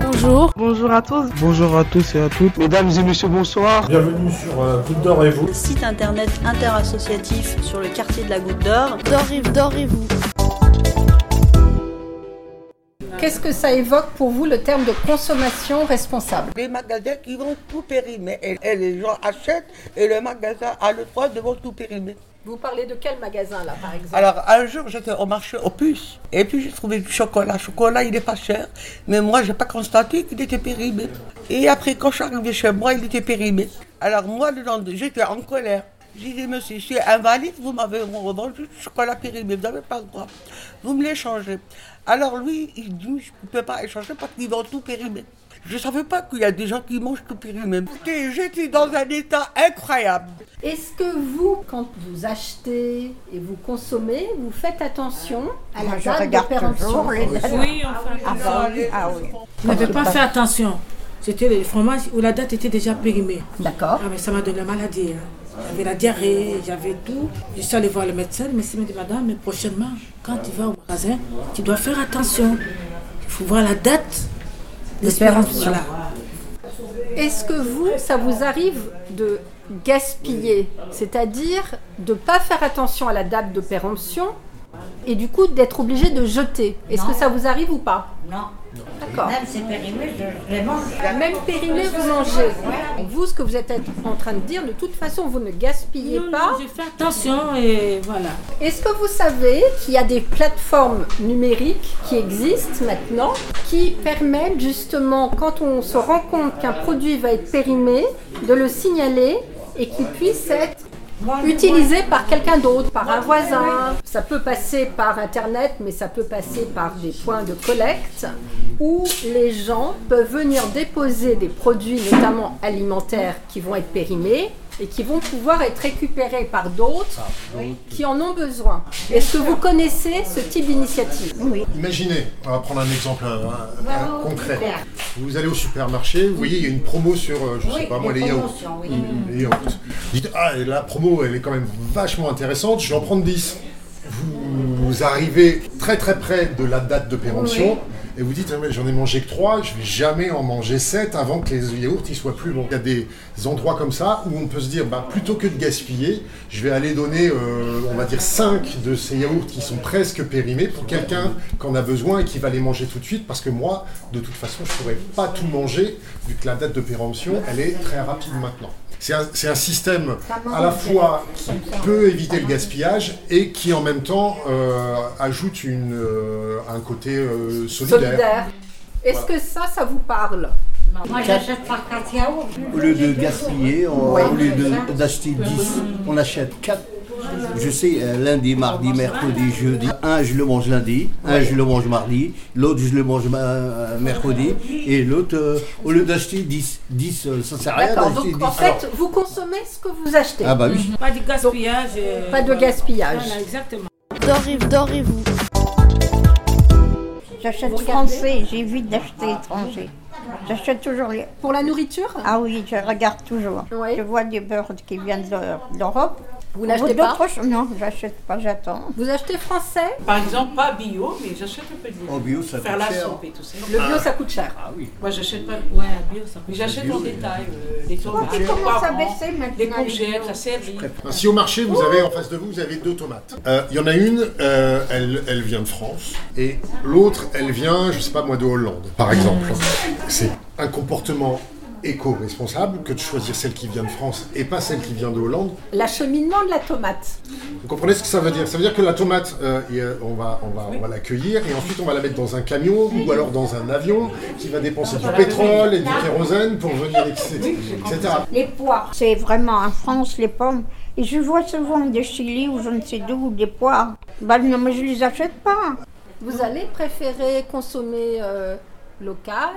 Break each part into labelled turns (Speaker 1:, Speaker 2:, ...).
Speaker 1: Bonjour.
Speaker 2: Bonjour à tous.
Speaker 3: Bonjour à tous et à toutes.
Speaker 4: Mesdames et messieurs, bonsoir.
Speaker 5: Bienvenue sur euh, Goutte d'Or et vous.
Speaker 6: Le site internet interassociatif sur le quartier de la Goutte d'Or.
Speaker 1: D'or et vous.
Speaker 7: Qu'est-ce que ça évoque pour vous le terme de consommation responsable
Speaker 8: Des magasins qui vont tout périmer et, et les gens achètent et le magasin a le droit de vendre tout périmé.
Speaker 7: Vous parlez de quel magasin là par exemple
Speaker 8: Alors un jour j'étais au marché aux puces et puis j'ai trouvé du chocolat. Le chocolat il est pas cher mais moi j'ai pas constaté qu'il était périmé. Et après quand je suis arrivée chez moi il était périmé. Alors moi le lendemain j'étais en colère. J'ai dit monsieur je suis invalide, vous m'avez revendu du chocolat périmé, vous n'avez pas le droit. Vous me l'échangez. Alors lui il dit je ne peux pas échanger parce qu'ils vendent tout périmé. Je savais pas qu'il y a des gens qui mangent tout périmé. J'étais- J'étais dans un état incroyable.
Speaker 7: Est-ce que vous, quand vous achetez et vous consommez, vous faites attention à la date de péremption
Speaker 9: Oui, enfin. Je n'avais pas fait attention. C'était le fromage où la date était déjà périmée.
Speaker 7: D'accord.
Speaker 9: Ah, mais ça m'a donné la maladie. hein. J'avais la diarrhée, j'avais tout. Je suis allée voir le médecin. Le médecin m'a dit Madame, mais prochainement, quand tu vas au magasin, tu dois faire attention. Il faut voir la date d'espérance. Voilà.
Speaker 7: Est-ce que vous, ça vous arrive de gaspiller, c'est-à-dire de ne pas faire attention à la date de péremption et du coup d'être obligé de jeter Est-ce que ça vous arrive ou pas
Speaker 10: Non.
Speaker 7: D'accord.
Speaker 10: Même c'est périmé, je les mange.
Speaker 7: Même périmé, vous mangez. Vous, ce que vous êtes en train de dire, de toute façon, vous ne gaspillez
Speaker 9: Non, non,
Speaker 7: pas.
Speaker 9: J'ai fait attention et voilà.
Speaker 7: Est-ce que vous savez qu'il y a des plateformes numériques qui existent maintenant qui permettent justement, quand on se rend compte qu'un produit va être périmé, de le signaler et qu'il puisse être utilisé par quelqu'un d'autre, par un voisin. Ça peut passer par Internet, mais ça peut passer par des points de collecte où les gens peuvent venir déposer des produits, notamment alimentaires, qui vont être périmés et qui vont pouvoir être récupérés par d'autres qui en ont besoin. Est-ce que vous connaissez ce type d'initiative Oui.
Speaker 5: Imaginez, on va prendre un exemple hein. un- un- un concret. Vous allez au supermarché, vous voyez, il y a une promo sur, euh, je sais
Speaker 10: Oui,
Speaker 5: pas moi,
Speaker 10: les
Speaker 5: les yaourts.
Speaker 10: promotions, oui.
Speaker 5: Mm, Les yaourts. Dites, ah, et la promo, elle est quand même vachement intéressante, je vais en prendre 10. Vous, vous arrivez très très près de la date de péremption. Et vous dites, Ah ouais, j'en ai mangé que 3, je vais jamais en manger 7 avant que les yaourts ils soient plus bons. Il y a des endroits comme ça où on peut se dire, bah, plutôt que de gaspiller, je vais aller donner, euh, on va dire, 5 de ces yaourts qui sont presque périmés pour quelqu'un qui en a besoin et qui va les manger tout de suite parce que moi, de toute façon, je ne pourrais pas tout manger vu que la date de péremption, elle est très rapide maintenant. C'est un, c'est un système à la fois qui peut éviter le gaspillage et qui en même temps euh, ajoute une, euh, un côté euh, solidaire.
Speaker 7: Solidaire. Est-ce que ça, ça vous parle
Speaker 10: Moi, j'achète par quatre yaourts.
Speaker 11: Au lieu de gaspiller, on- au lieu de- d'acheter 10, on achète 4. Je sais, euh, lundi, mardi, mercredi, jeudi. Un, je le mange lundi, un, je le mange mardi, l'autre, je le mange ma- euh, mercredi, et l'autre, euh, au lieu d'acheter 10. 10, euh, ça sert à rien
Speaker 7: D'accord,
Speaker 11: d'acheter
Speaker 7: donc
Speaker 11: 10.
Speaker 7: en fait, Mhm. vous consommez ce que vous achetez.
Speaker 11: Ah bah oui.
Speaker 9: Pas de gaspillage. euh,
Speaker 7: Pas de
Speaker 9: voilà.
Speaker 7: gaspillage.
Speaker 9: Voilà, exactement.
Speaker 1: D'or et- d'or et vous.
Speaker 10: J'achète
Speaker 7: Vous regardez Ah.
Speaker 10: français, j'évite d'acheter étranger. J'achète toujours les.
Speaker 7: Pour la nourriture
Speaker 10: Ah oui, je regarde toujours.
Speaker 7: Oui.
Speaker 10: Je vois des beurres qui viennent de de l'Europe.
Speaker 7: Vous n'achetez pas
Speaker 10: D'autres choses- Non, j'achète pas, j'attends.
Speaker 7: Vous achetez français
Speaker 12: Par exemple, pas bio, mais j'achète un peu de
Speaker 11: En Oh, bio, ça
Speaker 12: Faire
Speaker 11: coûte
Speaker 12: la
Speaker 11: cher.
Speaker 12: soupe et tout ça.
Speaker 7: Le bio, ça coûte cher.
Speaker 12: Moi, j'achète pas. Ouais, bio, ça Mais j'achète en
Speaker 11: bio,
Speaker 12: détail euh, les
Speaker 7: Ah,
Speaker 12: tomates, les
Speaker 10: Ils commencent à
Speaker 12: poivrons,
Speaker 10: baisser maintenant.
Speaker 12: les courgettes, la céleri.
Speaker 5: Si au marché, vous avez en face de vous, vous avez deux tomates. Euh, Il y en a une, euh, elle, elle vient de France, et l'autre, elle vient, je sais pas moi, de Hollande, par exemple. C'est un comportement éco-responsable que de choisir celle qui vient de France et pas celle qui vient de Hollande.
Speaker 7: L'acheminement de la tomate.
Speaker 5: Vous comprenez ce que ça veut dire Ça veut dire que la tomate, euh, il y a- on va, on va, on va l'accueillir et ensuite on va la mettre dans un camion ou alors dans un avion qui va dépenser du pétrole et du kérosène pour venir, etc. etc.
Speaker 10: Les poires, c'est vraiment en France les pommes. Et je vois souvent de Chili ou je ne sais d'où des poires. Bah non, mais je les achète pas.
Speaker 7: Vous allez préférer consommer euh, local,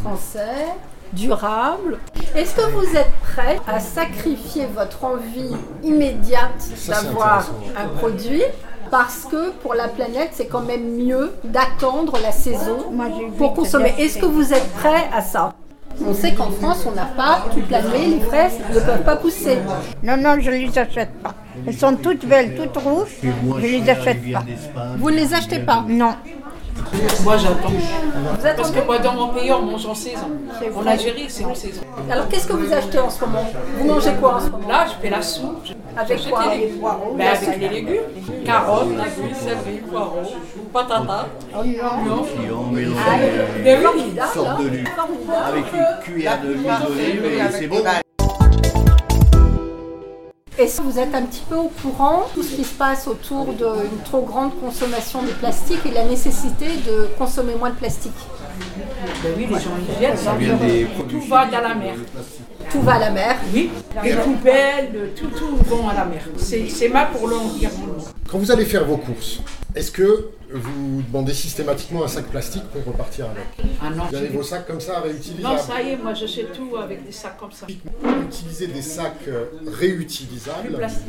Speaker 7: français, durable. Est-ce que vous êtes prêt à sacrifier votre envie immédiate
Speaker 5: Ça, c'est
Speaker 7: d'avoir
Speaker 5: intéressant.
Speaker 7: un produit parce que pour la planète, c'est quand même mieux d'attendre la saison
Speaker 10: Moi, j'ai vu
Speaker 7: pour
Speaker 10: que
Speaker 7: consommer.
Speaker 10: c'était-
Speaker 7: Est-ce que vous êtes prêt à ça On sait qu'en France, on n'a pas toute l'année, les fraises ne peuvent pas pousser.
Speaker 10: Non, non, je les achète pas. Elles sont toutes belles, toutes rouges.
Speaker 11: Et moi,
Speaker 10: Je
Speaker 11: suis
Speaker 10: les
Speaker 11: allé
Speaker 10: achète
Speaker 11: vient
Speaker 10: pas.
Speaker 11: d'Espagne,
Speaker 7: Vous ne les
Speaker 11: je
Speaker 7: achetez
Speaker 11: viens
Speaker 7: pas
Speaker 10: Non.
Speaker 12: Moi, j'attends.
Speaker 7: Vous
Speaker 12: Parce
Speaker 7: attendez
Speaker 12: que moi, dans mon pays, on mange en saison.
Speaker 7: C'est vrai.
Speaker 12: En Algérie, c'est en saison.
Speaker 7: Alors qu'est-ce que vous achetez en ce moment Vous mangez quoi en ce moment
Speaker 12: Là, je fais la soupe. Je-
Speaker 7: Avec
Speaker 12: j'achète
Speaker 7: quoi
Speaker 12: les légumes. Ben, avec les légumes. Carottes, légumes, céleri, poireaux, patatas, oignons.
Speaker 11: Et
Speaker 7: Ah,
Speaker 11: on mélange
Speaker 12: Des fruits.
Speaker 11: une
Speaker 7: hein.
Speaker 11: sorte de lune avec une cuillère de l'huile d'olive et c'est bon.
Speaker 7: Est-ce que vous êtes un petit peu au courant de tout ce qui se passe autour d'une trop grande consommation de plastique et la nécessité de consommer moins de plastique
Speaker 12: Ben oui, les gens, ils viennent. hein.
Speaker 11: vient des produits
Speaker 12: Tout va dans la mer.
Speaker 7: Tout va à la mer.
Speaker 12: Oui, les poubelles, euh, tout, tout vont à la mer. C'est c'est mal pour l'environnement.
Speaker 5: Quand vous allez faire vos courses, est-ce que vous demandez systématiquement un sac plastique pour repartir avec
Speaker 12: Ah non,
Speaker 5: Vous avez vos sacs comme ça
Speaker 12: non,
Speaker 5: réutilisables
Speaker 12: ça y est, moi j'achète tout avec des sacs comme ça.
Speaker 5: Utiliser des sacs euh, réutilisables,
Speaker 12: Plastique.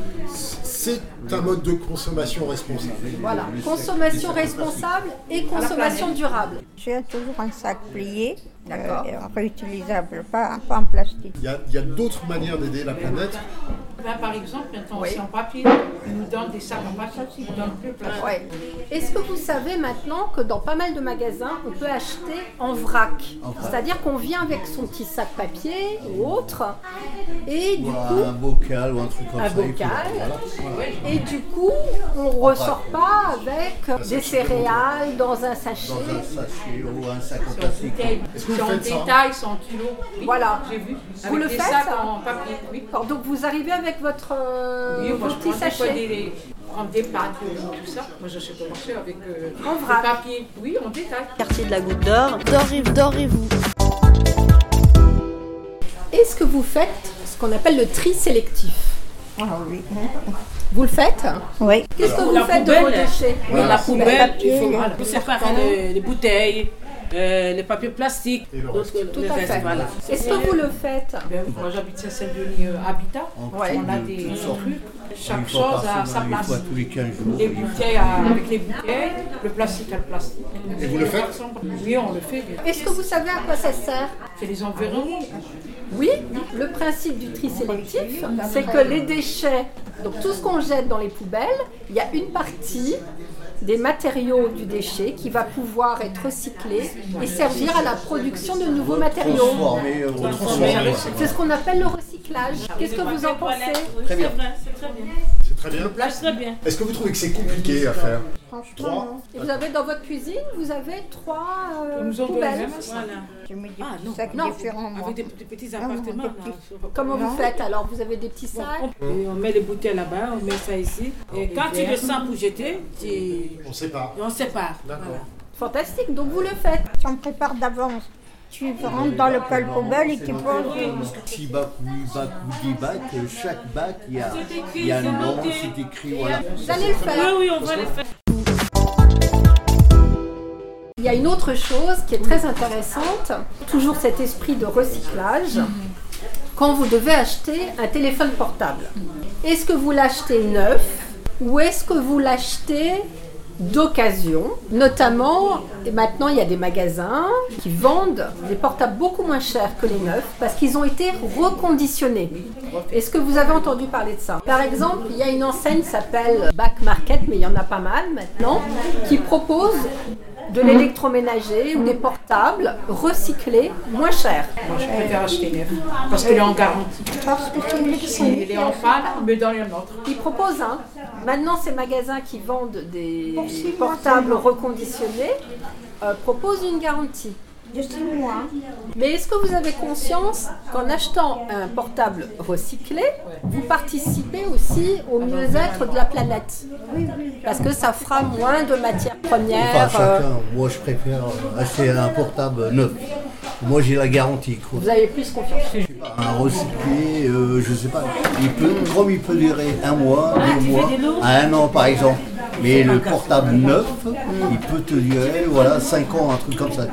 Speaker 5: c'est un mode de consommation responsable.
Speaker 7: Voilà. Consommation responsable et consommation durable.
Speaker 10: J'ai toujours un sac plié, euh,
Speaker 7: D'accord.
Speaker 10: réutilisable, pas, pas en plastique.
Speaker 5: Il y a, il y a d'autres manières d'aider la planète.
Speaker 12: Ben, par exemple, maintenant,
Speaker 7: Oui.
Speaker 12: c'est en papier. Ils nous donnent des sacs en papier, ils nous donnent plus de plastique.
Speaker 7: Ouais. Est-ce que vous savez maintenant que dans pas mal de magasins, on peut acheter en vrac C'est-à-dire qu'on vient avec son petit sac papier ou autre, et du
Speaker 11: Ou
Speaker 7: coup,
Speaker 11: un bocal ou un truc comme
Speaker 7: un
Speaker 11: ça. et puis,
Speaker 7: bocal,
Speaker 11: voilà.
Speaker 7: et du coup, on ressort pas avec des céréales dans un sachet.
Speaker 11: Dans un sachet ou un sac en plastique.
Speaker 12: Bouteilles,
Speaker 5: que vous
Speaker 12: c'est en
Speaker 5: faites ça
Speaker 12: détail, c'est en kilos. Oui,
Speaker 7: Voilà.
Speaker 12: J'ai vu.
Speaker 7: Vous
Speaker 12: Avec
Speaker 7: le
Speaker 12: des
Speaker 7: faites,
Speaker 12: sacs
Speaker 7: ça
Speaker 12: en papier, oui.
Speaker 7: Alors, donc vous arrivez avec votre euh,
Speaker 12: Oui, moi
Speaker 7: vos
Speaker 12: je
Speaker 7: petits
Speaker 12: prends des fois des,
Speaker 7: sachets.
Speaker 12: des, prendre des pâtes, euh, tout ça. Moi j'achète au marché avec euh,
Speaker 7: En
Speaker 12: du
Speaker 7: vrac.
Speaker 12: papier. Oui, en détail.
Speaker 6: Quartier de la Goutte d'Or,
Speaker 1: Dorez-vous. Dorez-vous.
Speaker 7: Est-ce que vous faites ce qu'on appelle le tri sélectif
Speaker 10: Ah oui.
Speaker 7: Vous le faites
Speaker 10: Oui.
Speaker 7: Qu'est-ce que vous
Speaker 9: la
Speaker 7: faites de vos
Speaker 9: poubelle,
Speaker 7: déchets
Speaker 9: La poubelle, il faut
Speaker 10: Voilà.
Speaker 9: pour séparer les, les bouteilles, euh, les papiers plastiques,
Speaker 5: Et le
Speaker 9: d'autres-
Speaker 7: Tout
Speaker 9: le
Speaker 7: à
Speaker 9: reste,
Speaker 7: fait.
Speaker 9: voilà.
Speaker 7: Est-ce que vous le faites
Speaker 12: Ben, moi j'habite Saint-Denis euh, Habitat.
Speaker 7: Ouais.
Speaker 12: On a
Speaker 11: de
Speaker 12: des
Speaker 11: toutes sortes.
Speaker 12: trucs. Chaque
Speaker 11: Une fois
Speaker 12: chose
Speaker 11: par
Speaker 12: a sa
Speaker 11: semaine, une
Speaker 12: place.
Speaker 11: fois tous les 15 jours.
Speaker 12: Les bouteilles à- avec les bouteilles, le plastique à le plastique.
Speaker 5: Et vous le faites
Speaker 12: Oui, on le fait.
Speaker 7: Est-ce que vous savez à quoi ça sert
Speaker 12: C'est les environs.
Speaker 7: Oui, le principe du tri sélectif, c'est que les déchets, donc tout ce qu'on jette dans les poubelles, il y a une partie des matériaux du déchet qui va pouvoir être recyclé et servir à la production de nouveaux matériaux.
Speaker 11: Transformé, euh, transformé.
Speaker 7: C'est ce qu'on appelle le recyclage. Qu'est-ce que vous en pensez
Speaker 11: Très bien.
Speaker 5: C'est très bien. Est-ce que vous trouvez que c'est compliqué à faire Trois.
Speaker 10: Franchement,
Speaker 7: Et Vous avez dans votre cuisine, vous avez trois euh,
Speaker 12: Nous en
Speaker 7: poubelles.
Speaker 12: donnons.
Speaker 10: je mets des
Speaker 9: Ah,
Speaker 10: petits
Speaker 9: non.
Speaker 10: sacs
Speaker 7: Non.
Speaker 10: différents, moi.
Speaker 9: Avec des, des petits
Speaker 10: non,
Speaker 9: appartements.
Speaker 10: des
Speaker 9: là,
Speaker 10: petits.
Speaker 9: sur-
Speaker 7: Comment
Speaker 10: Non.
Speaker 7: vous faites alors Vous avez des petits
Speaker 9: Bon,
Speaker 7: sacs
Speaker 9: on, et on met les bouteilles là-bas, on met ça ici.
Speaker 12: Ah,
Speaker 9: Et quand tu descends pour jeter, tu-
Speaker 5: On ne sait pas.
Speaker 9: on sépare.
Speaker 5: D'accord.
Speaker 7: Fantastique, donc vous le faites.
Speaker 10: Tu en prépares d'avance. Tu rentres dans le col poubelle et tu poses.
Speaker 11: Petit bac, huit bacs ou dix bacs, euh, chaque bac, il y a, il y a un nom, c'est écrit, voilà.
Speaker 7: Vous allez le faire. Il y a une autre chose qui est très intéressante, toujours cet esprit de recyclage. Quand vous devez acheter un téléphone portable, est-ce que vous l'achetez neuf ou est-ce que vous l'achetez d'occasion Notamment, et maintenant il y a des magasins qui vendent des portables beaucoup moins chers que les neufs parce qu'ils ont été reconditionnés. Est-ce que vous avez entendu parler de ça Par exemple, il y a une enseigne qui s'appelle Back Market, mais il y en a pas mal maintenant, qui propose de l'électroménager ou des portables recyclés moins chers.
Speaker 12: Moi je préfère acheter neuf. Parce qu'il est en garantie.
Speaker 10: Parce que c'est une
Speaker 12: Il est en panne, on me donne un autre.
Speaker 7: Ils proposent, hein. maintenant ces magasins qui vendent des
Speaker 10: Pour six mois
Speaker 7: portables
Speaker 10: seulement.
Speaker 7: reconditionnés euh, proposent une garantie.
Speaker 10: de six mois.
Speaker 7: Mais est-ce que vous avez conscience qu'en achetant un portable recyclé, vous participez aussi au mieux-être de la planète Parce que ça fera moins de matières
Speaker 11: Enfin,
Speaker 7: premières. euh,
Speaker 11: chacun, moi je préfère acheter un portable neuf. Moi j'ai la garantie, quoi.
Speaker 7: Vous avez plus confiance.
Speaker 11: Un recyclé, euh, je sais pas, il peut, comme il peut durer un mois, deux mois, à un an par exemple. Mais le portable neuf, il peut te durer, voilà, cinq ans, un truc comme ça.